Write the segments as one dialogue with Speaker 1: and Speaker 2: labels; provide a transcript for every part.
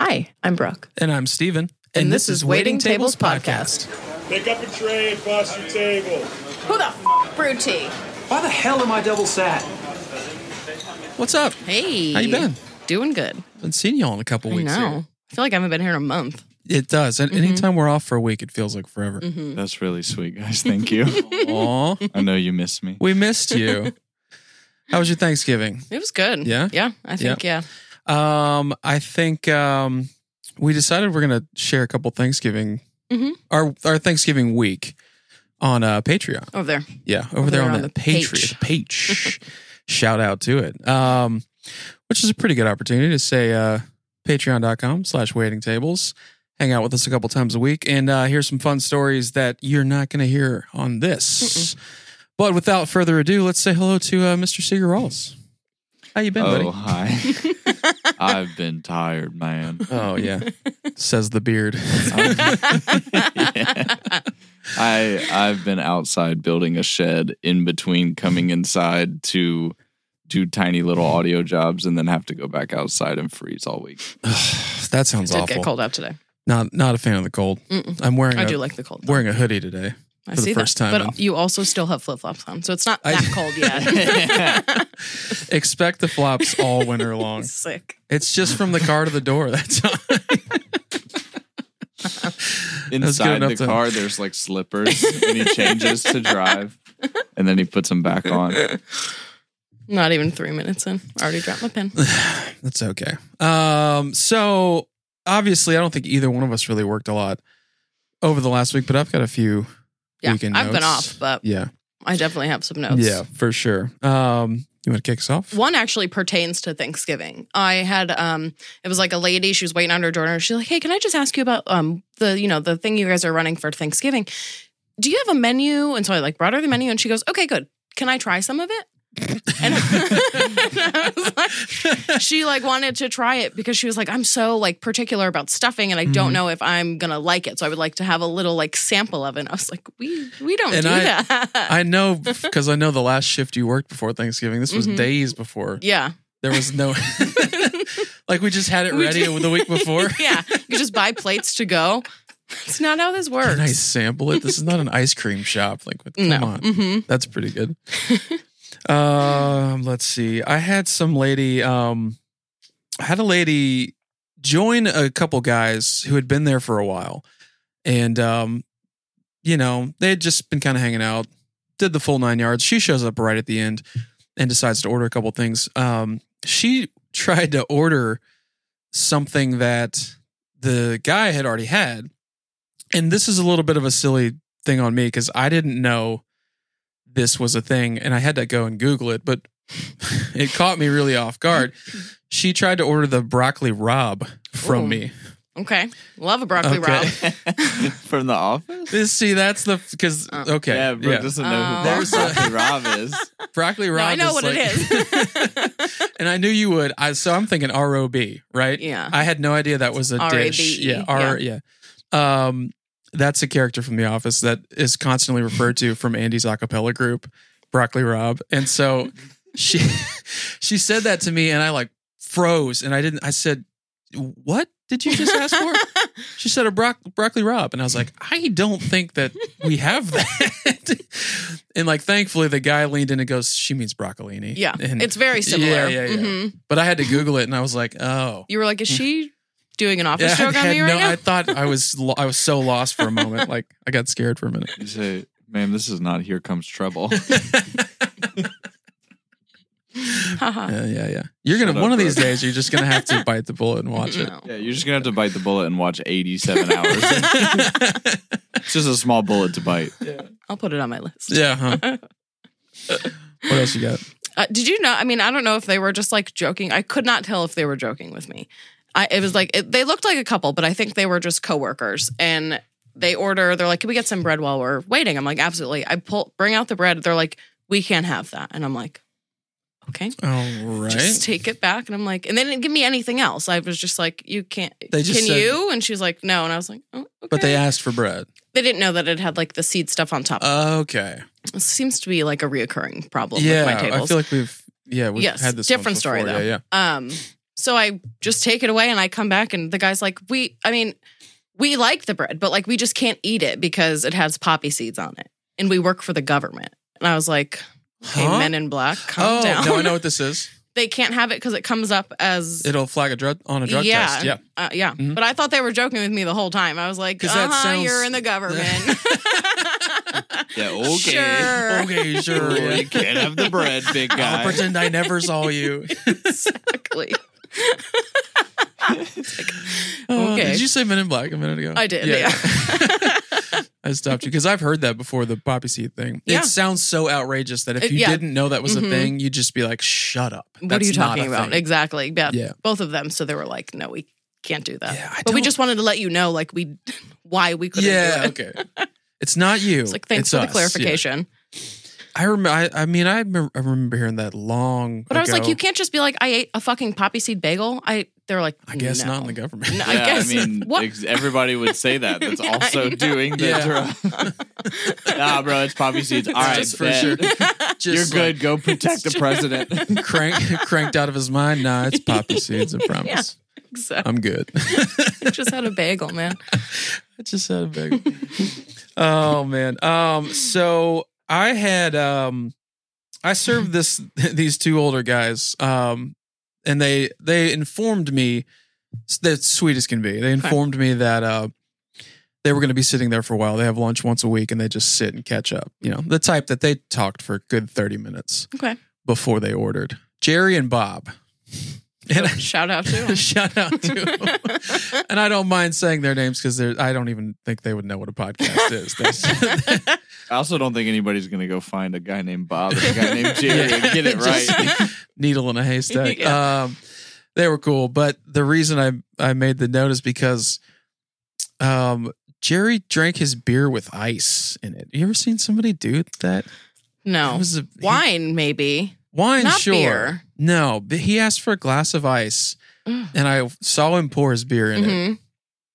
Speaker 1: Hi, I'm Brooke.
Speaker 2: And I'm Steven.
Speaker 1: And, this, is Waiting Tables Podcast.
Speaker 3: Pick up a tray and bust your table.
Speaker 4: Who the f- brewed tea?
Speaker 5: Why the hell am I double sat?
Speaker 2: What's up?
Speaker 1: Hey.
Speaker 2: How you been?
Speaker 1: Doing good.
Speaker 2: Haven't seen y'all in a couple
Speaker 1: I
Speaker 2: weeks.
Speaker 1: know. Mm-hmm.
Speaker 2: here.
Speaker 1: I feel like I haven't been here in a month.
Speaker 2: It does. And anytime we're off for a week, it feels like forever.
Speaker 1: Mm-hmm.
Speaker 6: That's really sweet, guys. Thank you.
Speaker 2: Aw,
Speaker 6: I know you missed me.
Speaker 2: we missed you. How was your Thanksgiving?
Speaker 1: It was good.
Speaker 2: Yeah?
Speaker 1: Yeah, I think, yeah.
Speaker 2: Um, I think um, we decided we're gonna share a couple Thanksgiving
Speaker 1: Mhm.
Speaker 2: our our Thanksgiving week on uh, Patreon.
Speaker 1: Over there.
Speaker 2: Yeah, over there, on, the,
Speaker 1: page.
Speaker 2: Patriot page. Shout out to it. Um, which is a pretty good opportunity to say uh, patreon.com slash waiting tables. Hang out with us a couple times a week and uh, hear some fun stories that you're not going to hear on this. But without further ado, let's say hello to uh, Mr. Seeger Rawls. How you been,
Speaker 6: Oh,
Speaker 2: buddy?
Speaker 6: hi. I've been tired, man.
Speaker 2: Oh, yeah. Says the beard.
Speaker 6: I I've been outside building a shed in between coming inside to do tiny little audio jobs and then have to go back outside and freeze all week.
Speaker 2: that sounds
Speaker 1: Did
Speaker 2: awful.
Speaker 1: get cold out today.
Speaker 2: Not not a fan of the cold.
Speaker 1: Mm-mm.
Speaker 2: I'm wearing
Speaker 1: I
Speaker 2: a-
Speaker 1: do like the cold. though.
Speaker 2: wearing a hoodie today.
Speaker 1: I
Speaker 2: for the
Speaker 1: see
Speaker 2: first
Speaker 1: that.
Speaker 2: time
Speaker 1: But
Speaker 2: in-
Speaker 1: you also still have flip flops on, so it's not
Speaker 2: I-
Speaker 1: that cold yet.
Speaker 2: Expect the flops all winter long.
Speaker 1: Sick.
Speaker 2: It's just from the car to the door. That's all.
Speaker 6: Inside
Speaker 2: enough
Speaker 6: the
Speaker 2: to-
Speaker 6: car, there's like slippers, and he changes to drive, and then he puts them back on.
Speaker 1: Not even three minutes in. Already dropped my pen.
Speaker 2: That's okay. Um, so obviously, I don't think either one of us really worked a lot over the last week, but I've got a few
Speaker 1: Yeah,
Speaker 2: weekend
Speaker 1: I've been
Speaker 2: notes.
Speaker 1: off, but
Speaker 2: Yeah,
Speaker 1: I definitely have some notes.
Speaker 2: yeah, for sure. Um, you want to kick us off?
Speaker 1: One actually pertains to Thanksgiving. I had um it was like a lady, she was waiting on her daughter. She's like, Hey, can I just ask you about um the you know, the thing you guys are running for Thanksgiving? Do you have a menu? And so I like brought her the menu and she goes, Okay, good. Can I try some of it? And, and I was like, she like wanted to try it because she was like, I'm so like particular about stuffing and I
Speaker 2: Mm-hmm.
Speaker 1: don't know if I'm gonna like it. So I would like to have a little like sample of it. And I was like, We we don't
Speaker 2: And
Speaker 1: do
Speaker 2: I-
Speaker 1: that.
Speaker 2: I know because I know the last shift you worked before Thanksgiving. This was
Speaker 1: Mhm.
Speaker 2: days before.
Speaker 1: yeah.
Speaker 2: There was no, like we just had it
Speaker 1: We
Speaker 2: ready
Speaker 1: did-
Speaker 2: the week before.
Speaker 1: yeah, you just buy plates to go. It's not how this works.
Speaker 2: Can I sample it? This is not an ice cream shop. Like, what- come
Speaker 1: No.
Speaker 2: on.
Speaker 1: hmm
Speaker 2: That's pretty good. um, let's see. I had some lady. Um, I had a lady join a couple guys who had been there for a while, and um, you know they had just been kind of hanging out. Did the full nine yards. She shows up right at the end and decides to order a couple things. Um, she tried to order something that the guy had already had, and this is a little bit of a silly thing on me because I didn't know this was a thing and I had to go and Google it, but it caught me really off guard. She tried to order the broccoli rob from
Speaker 1: Ooh.
Speaker 2: me.
Speaker 1: Okay, love a broccoli
Speaker 2: Okay.
Speaker 1: rob.
Speaker 6: From the office?
Speaker 2: See, that's the because
Speaker 1: Uh,
Speaker 2: okay,
Speaker 6: Yeah,
Speaker 2: yeah,
Speaker 6: Brooke doesn't know
Speaker 1: Oh.
Speaker 6: who
Speaker 2: Uh, There's a-
Speaker 6: Broccoli Rob is.
Speaker 2: broccoli rob.
Speaker 1: No, I know
Speaker 2: is
Speaker 1: what
Speaker 2: like,
Speaker 1: it is.
Speaker 2: and I knew you would. I so I'm thinking R O B, right?
Speaker 1: Yeah.
Speaker 2: I had no idea that was a
Speaker 1: R A B E,
Speaker 2: dish. Yeah, R yeah. Um, that's a character from The Office that is constantly referred to from Andy's acapella group, Broccoli Rob. And so she she said that to me, and I like froze, and I didn't. I said, "What did you just ask for?" she said a broc- broccoli rob, and I was like, "I don't think that we have that." and like, thankfully, the guy leaned in and goes, "She means broccolini."
Speaker 1: yeah,
Speaker 2: and
Speaker 1: it's very similar.
Speaker 2: Yeah, yeah, yeah.
Speaker 1: Mhm.
Speaker 2: But I had to Google it, and I was like, "Oh."
Speaker 1: You were like, is she doing an office
Speaker 2: Yeah, I
Speaker 1: joke on
Speaker 2: had
Speaker 1: me right
Speaker 2: no-
Speaker 1: now?
Speaker 2: I thought I was lo- I was so lost for a moment. Like I got scared for a minute.
Speaker 6: You say, ma'am, this is not Here Comes Trouble.
Speaker 1: Haha.
Speaker 2: Yeah, yeah, yeah. You're gonna
Speaker 6: Shut up,
Speaker 2: one of these
Speaker 6: bro.
Speaker 2: days. You're just gonna have to bite the bullet and watch it.
Speaker 1: No.
Speaker 6: yeah, you're just going to have to bite the bullet and watch 87 hours. it's just a small bullet to bite.
Speaker 1: I'll put it on my list.
Speaker 2: Yeah. Huh? what else you got?
Speaker 1: Uh, did you know? I mean, I don't know if they were just like joking. I could not tell if they were joking with me. I, it was like it, they looked like a couple, but I think they were just coworkers. And they order. They're like, "Can we get some bread while we're waiting?" I'm like, "Absolutely." I pull bring out the bread. They're like, "We can't have that." And I'm like, "Okay,
Speaker 2: All right.
Speaker 1: just take it back." And I'm like, and they didn't give me anything else. I was just like, "You can't."
Speaker 2: They just
Speaker 1: can
Speaker 2: said-
Speaker 1: you? And she's like, "No." And I was like, "Oh, okay."
Speaker 2: but they asked for bread.
Speaker 1: they didn't know that it had like the seed stuff on top.
Speaker 2: Okay.
Speaker 1: it seems to be like a reoccurring problem
Speaker 2: Yeah.
Speaker 1: with my tables.
Speaker 2: I feel like we've yeah we've
Speaker 1: yes,
Speaker 2: had this
Speaker 1: different
Speaker 2: once
Speaker 1: story
Speaker 2: before.
Speaker 1: though.
Speaker 2: Yeah, yeah.
Speaker 1: Um, So I just take it away and I come back and the guy's like, "We, I mean, we like the bread, but like we just can't eat it because it has poppy seeds on it, and we work for the government." And I was like, "Okay,
Speaker 2: Huh?
Speaker 1: Men in Black, calm
Speaker 2: Oh,
Speaker 1: down.
Speaker 2: no, I know what this is.
Speaker 1: they can't have it because it comes up as."
Speaker 2: It'll flag a drug on a drug
Speaker 1: yeah,
Speaker 2: test. Yeah.
Speaker 1: uh, yeah.
Speaker 2: Mhm.
Speaker 1: But I thought they were joking with me the whole time. I was like,
Speaker 2: 'Cause that
Speaker 1: "Uh-huh,
Speaker 2: sounds-
Speaker 1: you're in the government."
Speaker 6: Yeah, okay.
Speaker 1: Sure.
Speaker 2: Okay, sure.
Speaker 6: You can't have the bread, big
Speaker 2: I'll
Speaker 6: guy.
Speaker 2: pretend I never saw you.
Speaker 1: exactly. It's like,
Speaker 2: Uh,
Speaker 1: okay.
Speaker 2: did you say Men in Black a minute ago?
Speaker 1: Mm. I did,
Speaker 2: I stopped you because I've heard that before the poppy seed thing.
Speaker 1: Yeah.
Speaker 2: It sounds so outrageous that if
Speaker 1: It-
Speaker 2: you
Speaker 1: yeah.
Speaker 2: didn't know that was
Speaker 1: Mhm.
Speaker 2: a thing, you'd just be like, shut up.
Speaker 1: what
Speaker 2: That's
Speaker 1: are you
Speaker 2: not
Speaker 1: talking
Speaker 2: a
Speaker 1: about?
Speaker 2: thing."
Speaker 1: Exactly. Yeah.
Speaker 2: Yeah.
Speaker 1: Both of them. So they were like, no, we can't do that.
Speaker 2: Yeah, I
Speaker 1: but we
Speaker 2: don't-
Speaker 1: just wanted to let you know, like, we why we couldn't do
Speaker 2: Yeah.
Speaker 1: it.
Speaker 2: Okay. It's not you.
Speaker 1: It's like, thanks
Speaker 2: It's
Speaker 1: for
Speaker 2: us.
Speaker 1: the
Speaker 2: Yeah.
Speaker 1: clarification.
Speaker 2: I remember. I, I mean, I remember, I remember hearing that long.
Speaker 1: But I was like,
Speaker 2: ago.
Speaker 1: you can't just be like, I ate a fucking poppy seed bagel. I, they're like,
Speaker 2: I guess
Speaker 1: no.
Speaker 2: not in the government.
Speaker 1: No.
Speaker 6: Yeah,
Speaker 1: I guess-
Speaker 6: I mean,
Speaker 1: what-
Speaker 6: ex- everybody would say that. That's
Speaker 1: Yeah, I
Speaker 6: also
Speaker 1: know.
Speaker 6: doing the
Speaker 2: Yeah.
Speaker 6: drug. nah, bro, it's poppy seeds. All right,
Speaker 2: Just for
Speaker 6: bet.
Speaker 2: sure.
Speaker 6: You're
Speaker 2: Just
Speaker 6: good. Go protect the president.
Speaker 2: like, crank, cranked out of his mind. Nah, it's poppy seeds. I promise.
Speaker 1: Exactly.
Speaker 2: I'm good.
Speaker 1: just had a bagel, man.
Speaker 2: I just had a big. oh man. Um. So I had um, I served this these two older guys. Um, and they they informed me that sweet as can be. They informed me that uh, they were going to be sitting there for a while. They have lunch once a week, and they just sit and catch up. You know, the type that they talked for a good thirty minutes
Speaker 1: Okay.
Speaker 2: before they ordered. Jerry and Bob. And I-
Speaker 1: Shout out to him.
Speaker 2: Shout out to them. and I don't mind saying their names because they're I don't even think they would know what a podcast is. They-
Speaker 6: I also don't think anybody's gonna go find a guy named Bob and a guy named Jerry and get it right.
Speaker 2: Just needle in a haystack. Um, they were cool, but the reason I I made the note is because um Jerry drank his beer with ice in it. You ever seen somebody do that? It
Speaker 1: No.
Speaker 2: was a- he-
Speaker 1: Wine, maybe.
Speaker 2: Wine,
Speaker 1: Not
Speaker 2: sure.
Speaker 1: beer.
Speaker 2: No, but he asked for a glass of ice,
Speaker 1: Ugh.
Speaker 2: and I saw him pour his beer in it,
Speaker 1: Mm-hmm.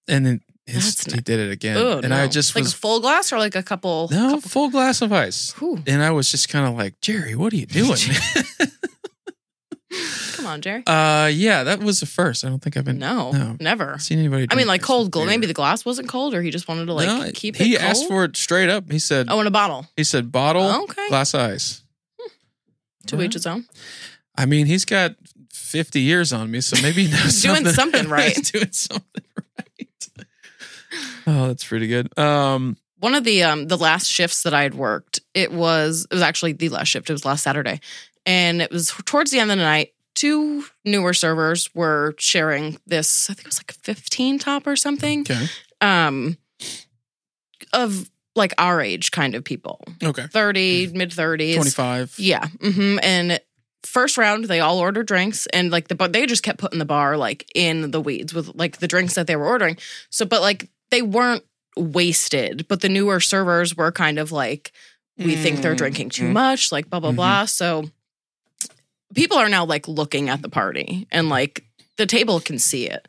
Speaker 2: and then his,
Speaker 1: That's
Speaker 2: he did it again,
Speaker 1: Oh,
Speaker 2: and
Speaker 1: no.
Speaker 2: I just
Speaker 1: like
Speaker 2: was
Speaker 1: a full glass or like a couple.
Speaker 2: No,
Speaker 1: couple-
Speaker 2: full glass of ice.
Speaker 1: Whew.
Speaker 2: And I was just kind of like, Jerry, what are you doing?
Speaker 1: Come on, Jerry.
Speaker 2: uh, yeah, that was the first. I don't think I've been
Speaker 1: no,
Speaker 2: no.
Speaker 1: never.
Speaker 2: seen anybody.
Speaker 1: I
Speaker 2: drink
Speaker 1: mean, like
Speaker 2: ice
Speaker 1: cold
Speaker 2: with
Speaker 1: glass.
Speaker 2: beer.
Speaker 1: Maybe the glass wasn't cold, or he just wanted to like
Speaker 2: No,
Speaker 1: keep it.
Speaker 2: He
Speaker 1: cold?
Speaker 2: asked for it straight up. He said,
Speaker 1: Oh, in a bottle.
Speaker 2: he said bottle,
Speaker 1: Oh, okay.
Speaker 2: glass of ice.
Speaker 1: To each his own.
Speaker 2: I mean, he's got fifty years on me, so maybe he knows
Speaker 1: Doing
Speaker 2: something,
Speaker 1: something right.
Speaker 2: He's doing something right. Oh, that's pretty good. Um,
Speaker 1: One of the um the last shifts that I had worked, it was it was actually the last shift. It was last Saturday, and it was towards the end of the night. Two newer servers were sharing this. I think it was like a fifteen top or something.
Speaker 2: okay,
Speaker 1: Um, of like our age kind of people,
Speaker 2: okay,
Speaker 1: thirty mid thirties,
Speaker 2: twenty-five.
Speaker 1: Yeah. hmm And first round, they all ordered drinks, and like the but they just kept putting the bar like in the weeds with like the drinks that they were ordering. So, but like they weren't wasted, but the newer servers were kind of like, we think they're drinking too
Speaker 2: Mhm.
Speaker 1: much, like blah blah
Speaker 2: Mhm.
Speaker 1: blah. So people are now like looking at the party and like the table can see it.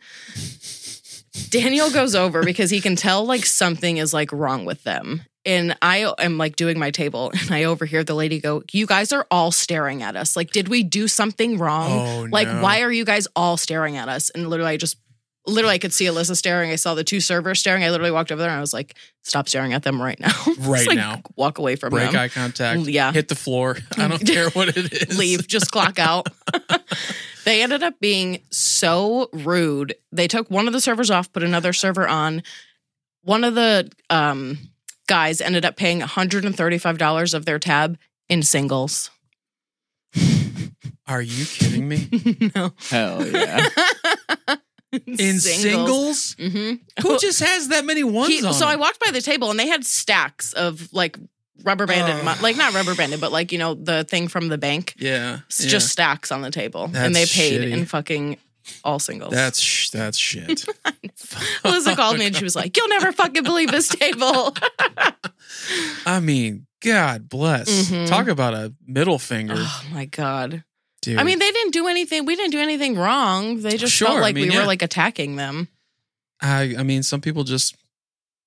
Speaker 1: Daniel goes over because he can tell like something is like wrong with them. And I am like doing my table and I overhear the lady go, You guys are all staring at us. Like, did we do something wrong?
Speaker 2: Oh,
Speaker 1: like,
Speaker 2: no.
Speaker 1: why are you guys all staring at us? And literally, I just literally I could see Alyssa staring. I saw the two servers staring. I literally walked over there and I was like, Stop staring at them right now. Just,
Speaker 2: Right
Speaker 1: like,
Speaker 2: now.
Speaker 1: Walk away from
Speaker 2: Break
Speaker 1: them.
Speaker 2: eye contact.
Speaker 1: Yeah.
Speaker 2: hit the floor. I don't care what it is.
Speaker 1: leave, just clock out. they ended up being so rude. They took one of the servers off, put another server on. One of the um, guys ended up paying $135 of their tab in singles.
Speaker 2: Are you kidding me?
Speaker 1: no.
Speaker 6: Hell yeah.
Speaker 2: In singles?
Speaker 1: hmm
Speaker 2: Who just has that many ones on?
Speaker 1: so I
Speaker 2: them?
Speaker 1: walked by the table and they had stacks of like rubber banded,
Speaker 2: Ugh.
Speaker 1: mon- like not rubber banded, but like, you know, the thing from the bank.
Speaker 2: yeah,
Speaker 1: It's
Speaker 2: yeah.
Speaker 1: just stacks on the table. and they
Speaker 2: That's
Speaker 1: paid
Speaker 2: shitty.
Speaker 1: in fucking all singles.
Speaker 2: that's sh- that's shit.
Speaker 1: Liza called me and she was like, You'll never fucking believe this table.
Speaker 2: I mean, God bless.
Speaker 1: Mhm.
Speaker 2: Talk about a middle finger,
Speaker 1: oh my God.
Speaker 2: dude.
Speaker 1: I mean, they didn't do anything. We didn't do anything wrong. They just
Speaker 2: Sure,
Speaker 1: felt
Speaker 2: I
Speaker 1: like
Speaker 2: mean,
Speaker 1: we
Speaker 2: yeah.
Speaker 1: were like attacking them.
Speaker 2: I, I mean, some people just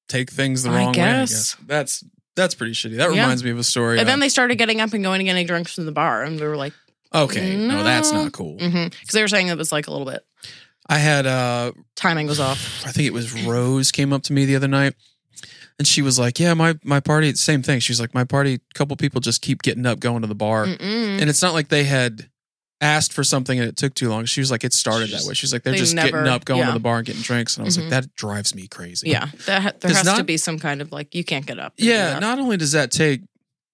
Speaker 2: take things the
Speaker 1: I
Speaker 2: wrong way. I
Speaker 1: guess.
Speaker 2: guess that's that's pretty shitty. That
Speaker 1: Yeah.
Speaker 2: reminds me of a story.
Speaker 1: And then
Speaker 2: uh,
Speaker 1: they started getting up and going and getting drinks from the bar. And we were like,
Speaker 2: Okay. No, that's
Speaker 1: No.
Speaker 2: not cool.
Speaker 1: Because they were saying it was like a little bit
Speaker 2: I had uh
Speaker 1: timing was off.
Speaker 2: I think it was Rose came up to me the other night and she was like, Yeah, my my party, same thing. She's like, My party, couple people just keep getting up, going to the bar.
Speaker 1: Mm-mm.
Speaker 2: And it's not like they had asked for something and it took too long. She was like, It started
Speaker 1: She just-
Speaker 2: that way. She's like, They're
Speaker 1: they
Speaker 2: just
Speaker 1: never-
Speaker 2: getting up, going
Speaker 1: yeah.
Speaker 2: to the bar and getting drinks. And I was
Speaker 1: Mhm.
Speaker 2: like, That drives me crazy.
Speaker 1: Yeah, that ha- there
Speaker 2: Does
Speaker 1: has to
Speaker 2: not-
Speaker 1: be some kind of like you can't get up. to do
Speaker 2: Yeah.
Speaker 1: that.
Speaker 2: Not only does that take,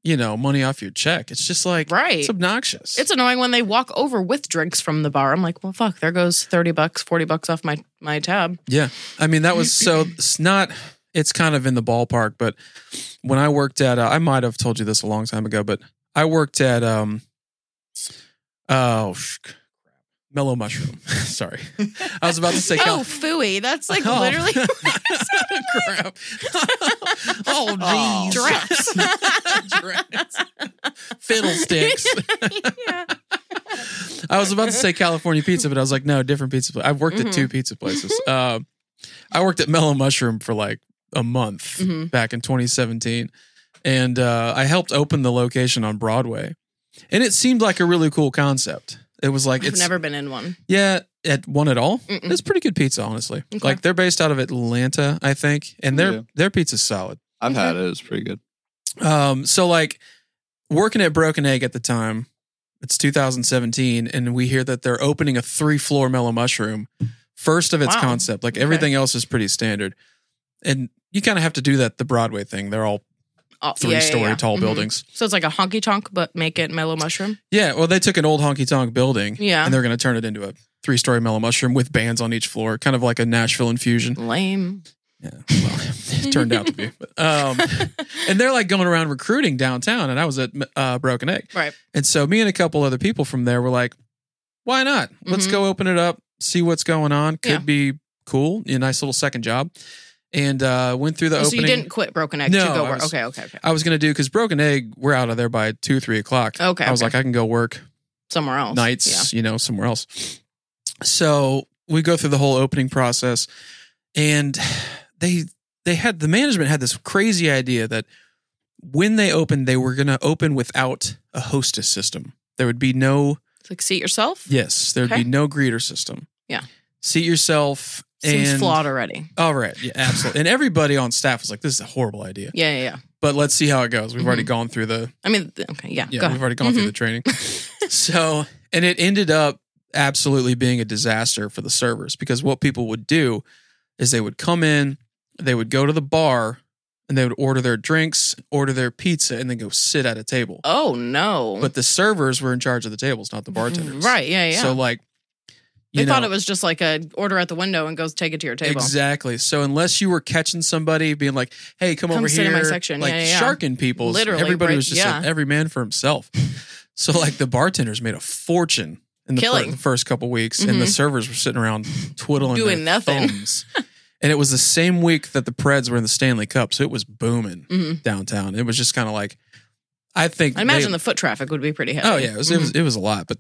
Speaker 2: you know, money off your check, it's just like,
Speaker 1: Right.
Speaker 2: It's obnoxious.
Speaker 1: It's annoying when they walk over with drinks from the bar. I'm like, well, fuck, there goes 30 bucks, 40 bucks off my, my tab.
Speaker 2: Yeah. I mean, that was so it's not, it's kind of in the ballpark, but when I worked at, uh, I might have told you this a long time ago, but I worked at, um, oh, sh- crap. Mellow Mushroom. Sorry. I was about to say,
Speaker 1: Oh, fooey. That's like
Speaker 2: Oh.
Speaker 1: literally
Speaker 2: crap. oh, jeez.
Speaker 1: drafts.
Speaker 2: Drafts. Fiddlesticks.
Speaker 1: yeah.
Speaker 2: I was about to say California pizza, but I was like, no, different pizza place. I've worked
Speaker 1: Mhm.
Speaker 2: at two pizza places. Uh, I worked at Mellow Mushroom for like a month
Speaker 1: Mhm.
Speaker 2: back in 2017, and uh, I helped open the location on Broadway, and it seemed like a really cool concept. It was like
Speaker 1: I've
Speaker 2: it's
Speaker 1: never been in one.
Speaker 2: yeah at one at all.
Speaker 1: Mm-mm.
Speaker 2: It's pretty good pizza, honestly.
Speaker 1: Okay.
Speaker 2: Like they're based out of Atlanta, I think, and their
Speaker 6: Yeah.
Speaker 2: their pizza's solid.
Speaker 6: I've had it. It's pretty good.
Speaker 2: Um, so like working at Broken Egg at the time, it's 2017, and we hear that they're opening a three floor mellow mushroom, first of its
Speaker 1: Wow.
Speaker 2: concept. Like everything else is pretty standard, and you kind of have to do that the Broadway thing. They're all
Speaker 1: Oh,
Speaker 2: three
Speaker 1: yeah, yeah,
Speaker 2: story
Speaker 1: yeah.
Speaker 2: tall
Speaker 1: Mhm.
Speaker 2: buildings.
Speaker 1: So it's like a honky tonk, but make it mellow mushroom.
Speaker 2: Yeah, well, they took an old honky tonk building,
Speaker 1: Yeah.
Speaker 2: and they're going to turn it into a three story mellow mushroom with bands on each floor, kind of like a Nashville infusion.
Speaker 1: Lame.
Speaker 2: Yeah, well, it turned out to be. But, um, and they're like going around recruiting downtown, and I was at uh, Broken Egg.
Speaker 1: Right.
Speaker 2: And so me and a couple other people from there were like, why not? Let's
Speaker 1: Mhm.
Speaker 2: go open it up, see what's going on. Could
Speaker 1: Yeah.
Speaker 2: be cool, a nice little second job. And uh, went through the
Speaker 1: Oh, So
Speaker 2: opening.
Speaker 1: you didn't quit Broken Egg
Speaker 2: No,
Speaker 1: to go
Speaker 2: I
Speaker 1: work.
Speaker 2: was-
Speaker 1: okay, okay, okay.
Speaker 2: I was gonna do because Broken Egg, we're out of there by two, three o'clock.
Speaker 1: Okay,
Speaker 2: I was
Speaker 1: okay.
Speaker 2: like, I can go work
Speaker 1: Somewhere else.
Speaker 2: nights, you know, somewhere else. So we go through the whole opening process, and they they had the management had this crazy idea that when they opened, they were going to open without a hostess system. There would be no
Speaker 1: It's like seat yourself.
Speaker 2: yes, there'd
Speaker 1: Okay.
Speaker 2: be no greeter system.
Speaker 1: Yeah.
Speaker 2: seat yourself.
Speaker 1: Seems
Speaker 2: and,
Speaker 1: flawed already.
Speaker 2: All right, yeah, absolutely. and everybody on staff was like, "This is a horrible idea,"
Speaker 1: Yeah, yeah, yeah.
Speaker 2: but let's see how it goes.
Speaker 1: Mm-hmm.
Speaker 2: We've already gone through the
Speaker 1: I mean, th- okay, yeah.
Speaker 2: yeah,
Speaker 1: go ahead.
Speaker 2: we've
Speaker 1: Mm-hmm.
Speaker 2: already gone through the training. so, and it ended up absolutely being a disaster for the servers because what people would do is they would come in, they would go to the bar, and they would order their drinks, order their pizza, and then go sit at a table.
Speaker 1: Oh, no. Mm,
Speaker 2: But the servers were in charge of the tables, not the bartenders.
Speaker 1: Right, yeah, yeah.
Speaker 2: So, like,
Speaker 1: They
Speaker 2: you
Speaker 1: thought
Speaker 2: know-
Speaker 1: it was just like a order at the window and goes take it to your table.
Speaker 2: Exactly. So unless you were catching somebody being like, "Hey, come,
Speaker 1: Come
Speaker 2: over
Speaker 1: sit
Speaker 2: here,"
Speaker 1: in my section.
Speaker 2: like
Speaker 1: Yeah, yeah, yeah.
Speaker 2: sharking people,
Speaker 1: Literally,
Speaker 2: everybody
Speaker 1: right-
Speaker 2: was just like
Speaker 1: yeah.
Speaker 2: every man for himself. so like the bartenders made a fortune in the, fir-
Speaker 1: Killing.
Speaker 2: the first couple weeks, and the
Speaker 1: Mhm.
Speaker 2: servers were sitting around twiddling,
Speaker 1: Doing
Speaker 2: their
Speaker 1: nothing.
Speaker 2: thumbs. and it was the same week that the Preds were in the Stanley Cup, so it was booming
Speaker 1: Mhm.
Speaker 2: downtown. It was just kind of like, I think
Speaker 1: I imagine
Speaker 2: they-
Speaker 1: the foot traffic would be pretty heavy. Mm-hmm.
Speaker 2: Oh yeah, it was, it was it was a lot, but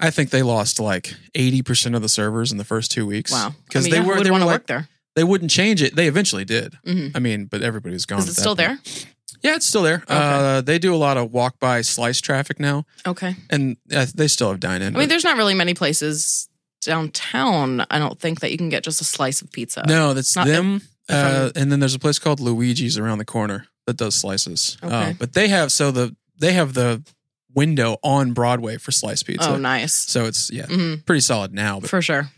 Speaker 2: I think they lost like eighty percent of the servers in the first two weeks.
Speaker 1: Wow.
Speaker 2: because
Speaker 1: I mean,
Speaker 2: they
Speaker 1: yeah,
Speaker 2: were
Speaker 1: would
Speaker 2: they were
Speaker 1: want to
Speaker 2: like
Speaker 1: work there.
Speaker 2: they wouldn't change it. They eventually did.
Speaker 1: Mhm.
Speaker 2: I mean, but everybody was gone.
Speaker 1: Is it
Speaker 2: at that
Speaker 1: still
Speaker 2: point.
Speaker 1: there?
Speaker 2: Yeah, it's still there. Uh, they do a lot of walk by slice traffic now,
Speaker 1: Okay.
Speaker 2: and uh, they still have dine in.
Speaker 1: I mean, there's not really many places downtown, I don't think, that you can get just a slice of pizza.
Speaker 2: no, that's
Speaker 1: uh, not
Speaker 2: them. Uh,
Speaker 1: from-
Speaker 2: and then there's a place called Luigi's around the corner that does slices. Uh,
Speaker 1: Okay.
Speaker 2: but they have so the they have the window on Broadway for slice pizza.
Speaker 1: oh, nice.
Speaker 2: So it's yeah,
Speaker 1: Mhm.
Speaker 2: pretty solid now. But
Speaker 1: For sure.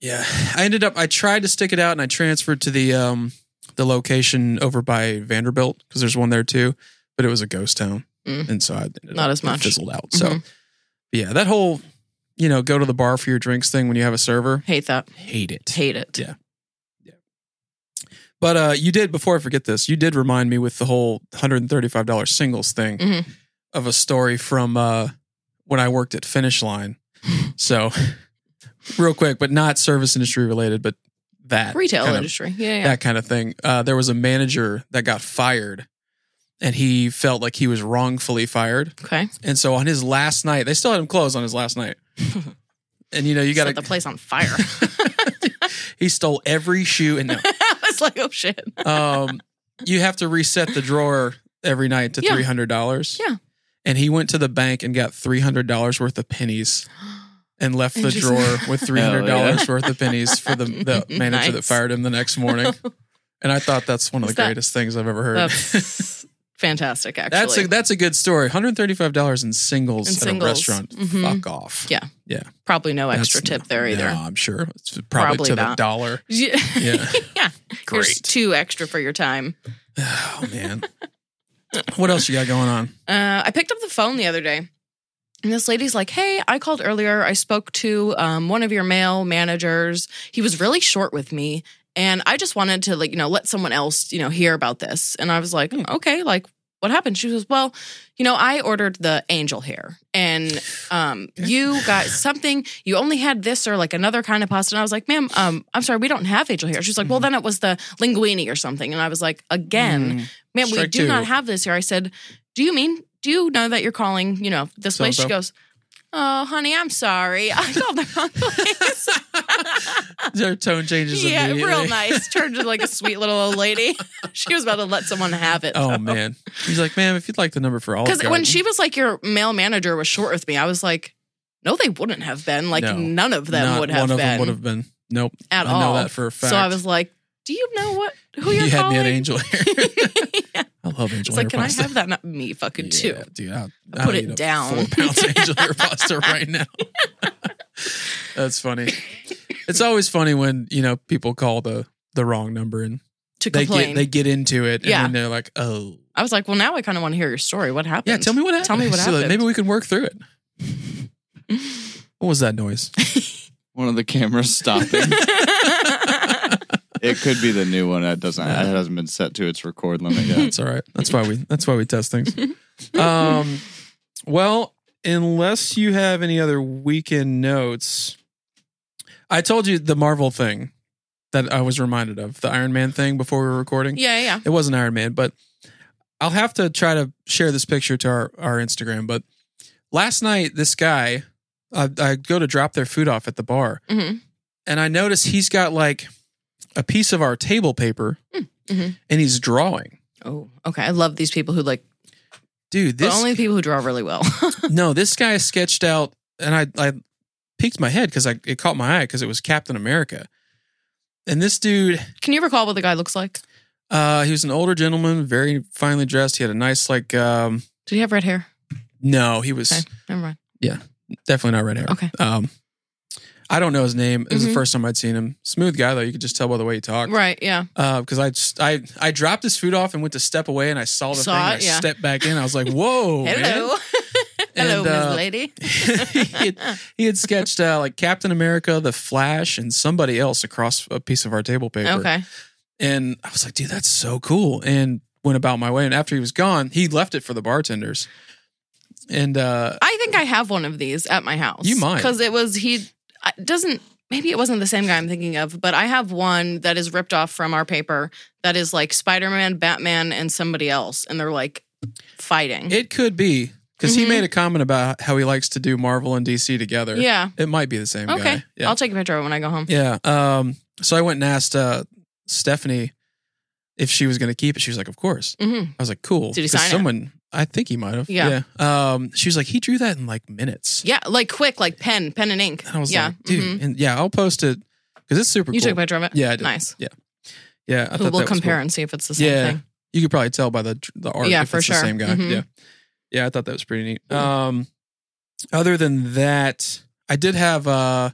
Speaker 2: yeah, I ended up I tried to stick it out and I transferred to the um the location over by Vanderbilt because there's one there too, but it was a ghost town,
Speaker 1: Mm.
Speaker 2: and so I ended
Speaker 1: Not
Speaker 2: up-
Speaker 1: as
Speaker 2: it
Speaker 1: much. Mm-hmm.
Speaker 2: fizzled out. So but yeah, that whole you know go to the bar for your drinks thing when you have a server
Speaker 1: Hate that.
Speaker 2: hate it.
Speaker 1: Hate it.
Speaker 2: Yeah. But uh, you did before I forget this. You did remind me with the whole hundred and thirty five dollars singles thing
Speaker 1: Mhm.
Speaker 2: of a story from uh, when I worked at Finish Line. so real quick, but not service industry related, but that
Speaker 1: Retail
Speaker 2: kind of-
Speaker 1: industry. Yeah, yeah.
Speaker 2: that kind of thing. Uh, there was a manager that got fired, and he felt like he was wrongfully fired.
Speaker 1: Okay.
Speaker 2: And so on his last night, they still had him closed on his last night. and you know, you
Speaker 1: You got
Speaker 2: got
Speaker 1: Set the
Speaker 2: to.
Speaker 1: place on fire.
Speaker 2: he stole every shoe and no.
Speaker 1: I was like, oh, shit.
Speaker 2: um, you have to reset the drawer every night to
Speaker 1: Yeah.
Speaker 2: three hundred dollars.
Speaker 1: Yeah.
Speaker 2: and he went to the bank and got three hundred dollars worth of pennies and left the
Speaker 1: Interesting.
Speaker 2: drawer with three hundred dollars
Speaker 6: yeah.
Speaker 2: worth of pennies for the, the manager that
Speaker 1: Nice.
Speaker 2: fired him the next morning. And I thought that's one of
Speaker 1: Is
Speaker 2: the
Speaker 1: that-
Speaker 2: greatest things I've ever heard.
Speaker 1: That's fantastic, actually.
Speaker 2: That's a that's a good story. Hundred thirty five dollars in singles
Speaker 1: In
Speaker 2: at
Speaker 1: singles.
Speaker 2: a restaurant.
Speaker 1: Mhm.
Speaker 2: Fuck off.
Speaker 1: Yeah. Probably no
Speaker 2: That's-
Speaker 1: extra tip there either.
Speaker 2: No, I'm sure it's probably,
Speaker 1: Probably
Speaker 2: to the
Speaker 1: not.
Speaker 2: dollar.
Speaker 1: Yeah.
Speaker 2: Yeah.
Speaker 1: yeah. Here's
Speaker 2: Great.
Speaker 1: two extra for your time.
Speaker 2: Oh man. what else you got going on?
Speaker 1: Uh, I picked up the phone the other day. And this lady's like, hey, I called earlier. I spoke to um, one of your male managers. He was really short with me. And I just wanted to, like, you know, let someone else, you know, hear about this. And I was like, okay, like, what happened? She was, well, you know, I ordered the angel hair and um, you got something. You only had this or like another kind of pasta. And I was like, ma'am, um, I'm sorry, we don't have angel hair. She's like, well, then it was the linguine or something. And I was like, again, ma'am, we
Speaker 2: Strike
Speaker 1: do not
Speaker 2: two.
Speaker 1: have this here. I said, do you mean, do you know that you're calling, you know, this place? She
Speaker 2: So-and-so.
Speaker 1: goes, oh, honey, I'm sorry. I called the wrong place.
Speaker 2: Their tone changes
Speaker 1: yeah,
Speaker 2: immediately.
Speaker 1: real nice. Turned into like a sweet little old lady. She was about to let someone have it.
Speaker 2: Oh man. He's like, ma'am, if you'd like the number for all
Speaker 1: Because when she was like, your male manager was short with me, I was like, no, they wouldn't have been. Like,
Speaker 2: No.
Speaker 1: none of them
Speaker 2: Not
Speaker 1: would have
Speaker 2: one of
Speaker 1: been
Speaker 2: them would have been. Nope.
Speaker 1: at
Speaker 2: I
Speaker 1: all.
Speaker 2: know that for a fact.
Speaker 1: So I was like, do you know what who
Speaker 2: you
Speaker 1: you're
Speaker 2: had
Speaker 1: calling?
Speaker 2: me at angel hair. I love angel
Speaker 1: It's
Speaker 2: hair
Speaker 1: like, can I
Speaker 2: pasta.
Speaker 1: have that? Not me, fucking too.
Speaker 2: Yeah, dude, I'll,
Speaker 1: I
Speaker 2: I'll
Speaker 1: put
Speaker 2: eat
Speaker 1: it
Speaker 2: a
Speaker 1: down.
Speaker 2: Four pounds of angel hair pasta right now. That's funny. It's always funny when you know people call the the wrong number and
Speaker 1: To
Speaker 2: they
Speaker 1: complain.
Speaker 2: get they get into it and
Speaker 1: Yeah.
Speaker 2: then they're like, oh
Speaker 1: I was like, well, now I kind of want to hear your story. What happened?
Speaker 2: yeah, tell me what happened.
Speaker 1: Tell me what
Speaker 2: So that
Speaker 1: happened.
Speaker 2: maybe we can work through it. What was that noise?
Speaker 6: One of the cameras stopping. it could be the new one. That doesn't. That hasn't been set to its record limit yet.
Speaker 2: That's all right. That's why we that's why we test things. Um well, unless you have any other weekend notes. I told you the Marvel thing that I was reminded of, the Iron Man thing before we were recording.
Speaker 1: yeah, yeah.
Speaker 2: It wasn't Iron Man, but I'll have to try to share this picture to our, our Instagram. But last night, this guy, I, I go to drop their food off at the bar,
Speaker 1: Mhm.
Speaker 2: and I notice he's got like a piece of our table paper,
Speaker 1: mhm.
Speaker 2: and he's drawing.
Speaker 1: Oh, okay. I love these people who like,
Speaker 2: Dude,
Speaker 1: the
Speaker 2: this
Speaker 1: only people who draw really well.
Speaker 2: no, this guy sketched out, and I I peeked my head because I it caught my eye because it was Captain America, and this dude
Speaker 1: Can you recall what the guy looks like?
Speaker 2: Uh, he was an older gentleman, very finely dressed. He had a nice like um
Speaker 1: Did he have red hair?
Speaker 2: no, he was
Speaker 1: Okay. Never mind.
Speaker 2: definitely not red hair.
Speaker 1: Okay.
Speaker 2: Um I don't know his name. It was
Speaker 1: Mhm.
Speaker 2: the first time I'd seen him. Smooth guy though, you could just tell by the way he talked.
Speaker 1: Right. Yeah.
Speaker 2: Uh, because I just I I dropped his food off and went to step away and I saw the
Speaker 1: Saw
Speaker 2: thing. and
Speaker 1: it,
Speaker 2: I
Speaker 1: yeah.
Speaker 2: stepped back in. I was like, whoa.
Speaker 1: Hello. Hello,
Speaker 2: Oh, And, uh,
Speaker 1: Miss Lady.
Speaker 2: man. he, had, he had sketched uh, like Captain America, the Flash, and somebody else across a piece of our table paper.
Speaker 1: Okay.
Speaker 2: And I was like, dude, that's so cool. And went about my way. And after he was gone, he left it for the bartenders. And uh
Speaker 1: I think I have one of these at my house.
Speaker 2: You might.
Speaker 1: because it was he I- doesn't. Maybe it wasn't the same guy I'm thinking of, but I have one that is ripped off from our paper that is like Spider Man, Batman, and somebody else, and they're like fighting.
Speaker 2: it could be because
Speaker 1: Mhm.
Speaker 2: he made a comment about how he likes to do Marvel and DC together.
Speaker 1: yeah.
Speaker 2: It might be the same
Speaker 1: Okay.
Speaker 2: guy. Yeah.
Speaker 1: I'll take a picture of it when I go home.
Speaker 2: yeah. Um so I went and asked uh Stephanie if she was gonna keep it. She was like, Of course.
Speaker 1: hmm
Speaker 2: I was like, Cool.
Speaker 1: Did he
Speaker 2: 'Cause
Speaker 1: sign it?
Speaker 2: someone I think he might have.
Speaker 1: Yeah.
Speaker 2: yeah. Um she was like, he drew that in like minutes.
Speaker 1: Yeah, like quick, like pen, pen and ink.
Speaker 2: And I was
Speaker 1: yeah.
Speaker 2: like, dude,
Speaker 1: mhm.
Speaker 2: and yeah, I'll post it because it's super
Speaker 1: you
Speaker 2: cool.
Speaker 1: took a picture of it.
Speaker 2: Yeah, I did.
Speaker 1: Nice.
Speaker 2: yeah, I thought
Speaker 1: we'll
Speaker 2: that was cool.
Speaker 1: compare and see if it's the same
Speaker 2: Yeah.
Speaker 1: thing.
Speaker 2: you could probably tell by the the art
Speaker 1: Yeah,
Speaker 2: if
Speaker 1: for
Speaker 2: it's
Speaker 1: sure.
Speaker 2: the same guy.
Speaker 1: Mhm.
Speaker 2: Yeah. Yeah, I thought that was pretty neat. Um other than that, I did have uh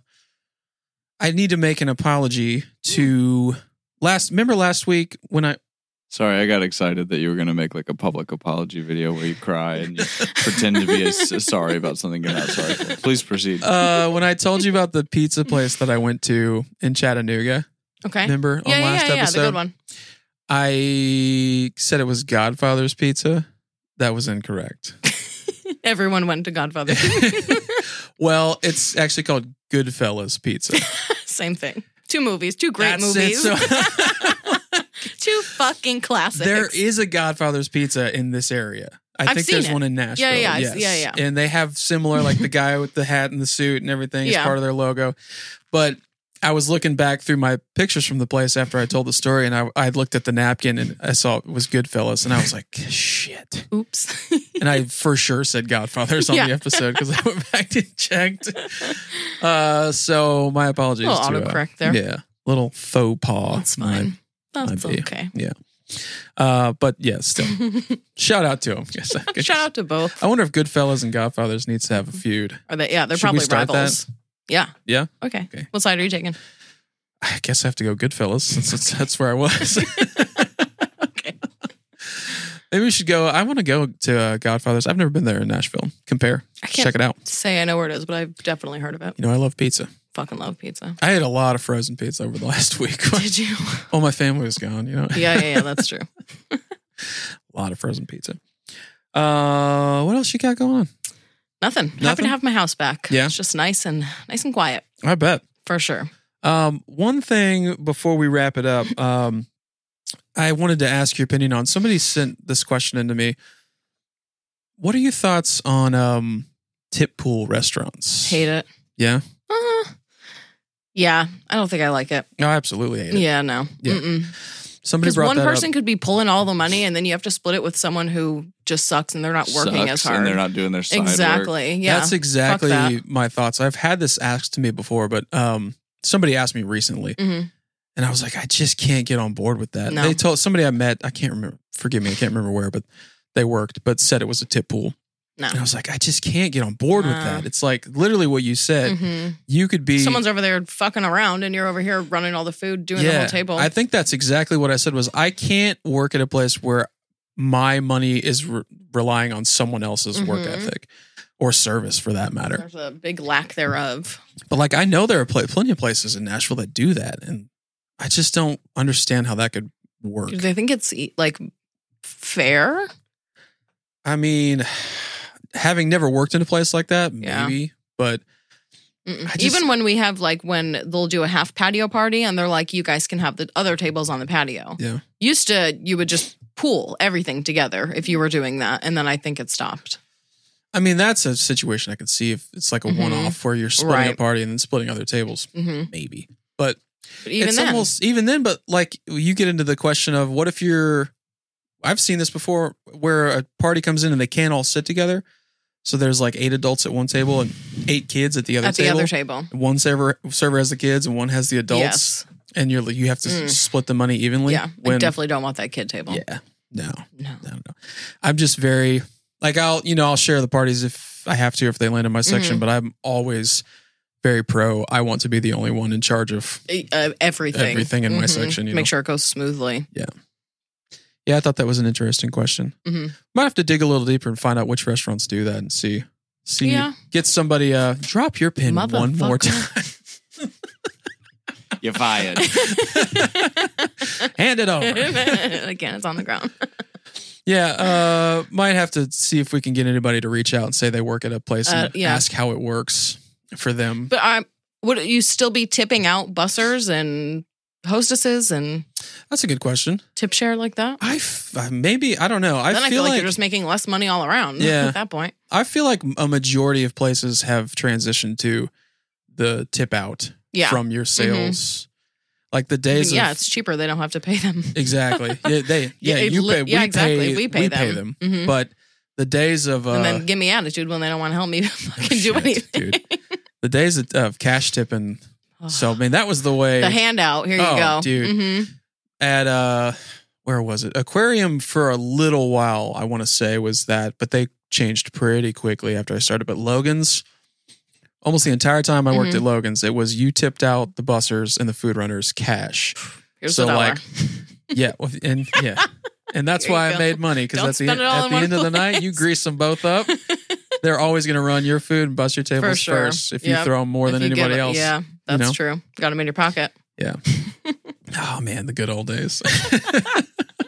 Speaker 2: I need to make an apology to last remember last week when I
Speaker 6: Sorry, I got excited that you were going to make like a public apology video where you cry and you pretend to be as as sorry about something you're not sorry for. Please proceed.
Speaker 2: uh when I told you about the pizza place that I went to in Chattanooga,
Speaker 1: Okay.
Speaker 2: remember
Speaker 1: Eh. yeah,
Speaker 2: on
Speaker 1: yeah,
Speaker 2: last
Speaker 1: yeah, yeah,
Speaker 2: episode?
Speaker 1: the good one.
Speaker 2: I said it was Godfather's Pizza. That was incorrect.
Speaker 1: Everyone went to Godfather.
Speaker 2: well, it's actually called Goodfellas Pizza.
Speaker 1: same thing. Two movies, two great
Speaker 2: That's it.
Speaker 1: movies.
Speaker 2: So-
Speaker 1: two fucking classics.
Speaker 2: There is a Godfather's Pizza in this area. I
Speaker 1: I've
Speaker 2: think
Speaker 1: seen
Speaker 2: there's
Speaker 1: it.
Speaker 2: one in Nashville.
Speaker 1: Yeah, yeah, I've-
Speaker 2: yes.
Speaker 1: yeah, yeah.
Speaker 2: And they have similar, like the guy with the hat and the suit and everything is
Speaker 1: Yeah.
Speaker 2: part of their logo. But I was looking back through my pictures from the place after I told the story, and I, I looked at the napkin and I saw it was Goodfellas, and I was like, shit.
Speaker 1: Oops.
Speaker 2: And I for sure said Godfathers on the
Speaker 1: Yeah.
Speaker 2: episode because I went back and checked. Uh, so my apologies.
Speaker 1: Little
Speaker 2: to, uh,
Speaker 1: autocorrect there.
Speaker 2: Yeah, little faux pas.
Speaker 1: That's
Speaker 2: My-
Speaker 1: fine. That's
Speaker 2: might be.
Speaker 1: okay.
Speaker 2: Uh, but yeah, still shout out to him. Yes,
Speaker 1: Shout out to both.
Speaker 2: I wonder if Goodfellas and Godfathers needs to have a feud.
Speaker 1: Are they? Yeah, they're
Speaker 2: Should we
Speaker 1: probably
Speaker 2: start that?
Speaker 1: rivals. Yeah.
Speaker 2: Yeah?
Speaker 1: Okay.
Speaker 2: Okay.
Speaker 1: What side are you taking?
Speaker 2: I guess I have to go Goodfellas since that's, that's where I was. Maybe we should go. I want to go to uh, Godfather's. I've never been there in Nashville. Compare.
Speaker 1: I can't-
Speaker 2: Check it out.
Speaker 1: Say I know where it is, but I've definitely heard of it.
Speaker 2: You know, I love pizza.
Speaker 1: Fucking love pizza.
Speaker 2: I ate a lot of frozen pizza over the last week.
Speaker 1: Did you?
Speaker 2: All my family was gone, you know?
Speaker 1: Yeah, yeah, yeah. That's true.
Speaker 2: a lot of frozen pizza. Uh, what else you got going on?
Speaker 1: Nothing. Happy
Speaker 2: Nothing?
Speaker 1: to have my house back.
Speaker 2: Yeah.
Speaker 1: It's just nice and nice and quiet
Speaker 2: I bet.
Speaker 1: for sure.
Speaker 2: Um, one thing before we wrap it up, um, I wanted to ask your opinion on somebody sent this question into me. What are your thoughts on um, tip pool restaurants?
Speaker 1: Hate it.
Speaker 2: Yeah. Uh-huh.
Speaker 1: Uh, yeah, I don't think I like it.
Speaker 2: No, I absolutely hate it.
Speaker 1: Yeah, no.
Speaker 2: Yeah.
Speaker 1: Mm-mm.
Speaker 2: Somebody
Speaker 1: Because
Speaker 2: brought
Speaker 1: one
Speaker 2: that
Speaker 1: person
Speaker 2: up.
Speaker 1: could be pulling all the money, and then you have to split it with someone who just sucks and they're not working
Speaker 6: Sucks,
Speaker 1: as hard.
Speaker 6: and they're not doing their side work.
Speaker 1: exactly. Yeah.
Speaker 2: That's exactly
Speaker 1: that.
Speaker 2: my thoughts. I've had this asked to me before, but um, somebody asked me recently,
Speaker 1: Mhm.
Speaker 2: and I was like, I just can't get on board with that.
Speaker 1: No.
Speaker 2: They told somebody I met, I can't remember, forgive me, I can't remember where, but they worked, but said it was a tip pool.
Speaker 1: No.
Speaker 2: And I was like, I just can't get on board with
Speaker 1: No.
Speaker 2: that. It's like literally what you said.
Speaker 1: Mhm.
Speaker 2: You could be
Speaker 1: Someone's over there fucking around, and you're over here running all the food, doing the whole table.
Speaker 2: I think that's exactly what I said. Was I can't work at a place where my money is re- relying on someone else's work
Speaker 1: Mhm.
Speaker 2: ethic or service, for that matter.
Speaker 1: There's a big lack thereof.
Speaker 2: But like I know there are pl- plenty of places in Nashville that do that, and I just don't understand how that could work.
Speaker 1: Do they think it's e- like fair?
Speaker 2: I mean, having never worked in a place like that,
Speaker 1: Yeah.
Speaker 2: maybe, but
Speaker 1: Mm-mm.
Speaker 2: I just-
Speaker 1: Even when we have like when they'll do a half patio party and they're like, you guys can have the other tables on the patio.
Speaker 2: Yeah.
Speaker 1: Used to, you would just pool everything together if you were doing that. And then I think it stopped.
Speaker 2: I mean that's a situation I could see if it's like a
Speaker 1: Mhm.
Speaker 2: one-off where you're splitting a
Speaker 1: Right.
Speaker 2: party and then splitting other tables,
Speaker 1: hmm
Speaker 2: maybe. But
Speaker 1: But even
Speaker 2: it's
Speaker 1: then,
Speaker 2: almost even then. But like you get into the question of what if you're. I've seen this before where a party comes in and they can't all sit together. So there's like eight adults at one table and eight kids at the other
Speaker 1: at the
Speaker 2: table.
Speaker 1: other table.
Speaker 2: one server server has the kids and one has the adults
Speaker 1: Yes.
Speaker 2: and you're you have to s
Speaker 1: Mm.
Speaker 2: split the money evenly
Speaker 1: Yeah. I
Speaker 2: when-
Speaker 1: definitely don't want that kid table.
Speaker 2: yeah no
Speaker 1: No.
Speaker 2: no no i'm just very like i'll you know i'll share the parties if i have to if they land in my section
Speaker 1: Mm-hmm.
Speaker 2: but i'm always very pro i want to be the only one in charge of
Speaker 1: Uh, everything. Mm-hmm.
Speaker 2: Everything in my section, you
Speaker 1: Make
Speaker 2: know.
Speaker 1: sure it goes smoothly.
Speaker 2: yeah i thought that was an interesting question
Speaker 1: Mhm.
Speaker 2: might have to dig a little deeper and find out which restaurants do that and see see
Speaker 1: Yeah.
Speaker 2: get somebody uh drop your pin one more
Speaker 1: Motherfucker.
Speaker 2: time
Speaker 6: You're fired.
Speaker 2: hand it over
Speaker 1: Again, it's on the ground.
Speaker 2: Yeah, uh, might have to see if we can get anybody to reach out and say they work at a place and
Speaker 1: Uh, yeah.
Speaker 2: ask how it works for them.
Speaker 1: But I would you still be tipping out bussers and hostesses and
Speaker 2: That's a good question.
Speaker 1: tip share like that?
Speaker 2: I f- uh, maybe I don't know. I
Speaker 1: then
Speaker 2: feel,
Speaker 1: I feel like,
Speaker 2: like,
Speaker 1: you're just making less money all around
Speaker 2: Yeah.
Speaker 1: at that point.
Speaker 2: I feel like a majority of places have transitioned to the tip out
Speaker 1: Yeah. Mm-hmm.
Speaker 2: from your sales, like the days.
Speaker 1: yeah,
Speaker 2: of,
Speaker 1: it's cheaper. They don't have to pay them.
Speaker 2: exactly. Yeah, they yeah,
Speaker 1: it
Speaker 2: you
Speaker 1: li-
Speaker 2: pay.
Speaker 1: yeah,
Speaker 2: we
Speaker 1: exactly.
Speaker 2: Pay,
Speaker 1: We pay them. Mhm.
Speaker 2: But the days of uh,
Speaker 1: and then give me attitude when they don't want to help me fucking do
Speaker 2: shit,
Speaker 1: anything.
Speaker 2: dude. The days of, of cash tipping. So I mean, that was the way
Speaker 1: The handout. Here you
Speaker 2: Oh,
Speaker 1: go.
Speaker 2: dude.
Speaker 1: Mhm.
Speaker 2: at uh where was it aquarium for a little while i want to say was that but they changed pretty quickly after i started but logan's almost the entire time i worked
Speaker 1: Mhm.
Speaker 2: at logan's it was you tipped out the bussers and the food runners cash
Speaker 1: Here's
Speaker 2: So,
Speaker 1: the dollar.
Speaker 2: like, yeah well, and yeah and that's
Speaker 1: There you
Speaker 2: why i
Speaker 1: go.
Speaker 2: made money because
Speaker 1: Don't
Speaker 2: at the,
Speaker 1: spend
Speaker 2: end,
Speaker 1: it all
Speaker 2: at
Speaker 1: in
Speaker 2: the
Speaker 1: one
Speaker 2: end of the night you
Speaker 1: place.
Speaker 2: grease them both up they're always going to run your food and bust your tables
Speaker 1: sure.
Speaker 2: first if you
Speaker 1: Yep.
Speaker 2: throw them more
Speaker 1: If
Speaker 2: than
Speaker 1: you give
Speaker 2: anybody
Speaker 1: it-
Speaker 2: else
Speaker 1: Yeah, that's
Speaker 2: know?
Speaker 1: true. Got them in your pocket.
Speaker 2: Yeah. oh man, the good old days.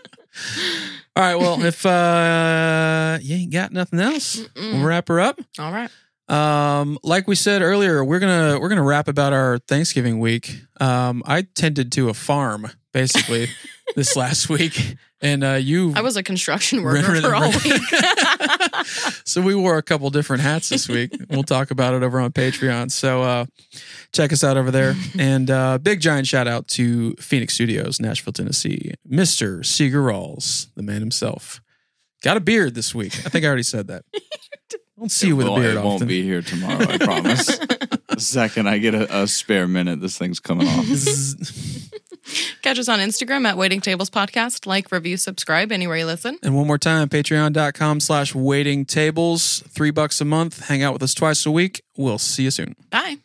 Speaker 2: All right. Well, if uh, you ain't got nothing else, we'll wrap her up.
Speaker 1: All right.
Speaker 2: Um, like we said earlier, we're gonna we're gonna rap about our Thanksgiving week. Um, I tended to a farm basically this last week, and uh, you
Speaker 1: I was a construction worker
Speaker 2: Remember
Speaker 1: for all
Speaker 2: the-
Speaker 1: week.
Speaker 2: so we wore a couple different hats this week. we'll talk about it over on Patreon. So uh, check us out over there. And uh, big giant shout out to Phoenix Studios, Nashville, Tennessee, Mr. Seagaralls, the man himself. Got a beard this week. I think I already said that. Don't see you with a
Speaker 6: Well,
Speaker 2: beard
Speaker 6: it won't
Speaker 2: often.
Speaker 6: be here tomorrow, I promise. the second I get a, a spare minute, this thing's coming off.
Speaker 2: Zzz.
Speaker 1: Catch us on Instagram at Waiting Tables Podcast. Like, review, subscribe anywhere you listen.
Speaker 2: and one more time, patreon.com slash waiting tables. Three bucks a month. Hang out with us twice a week. We'll see you soon.
Speaker 1: Bye.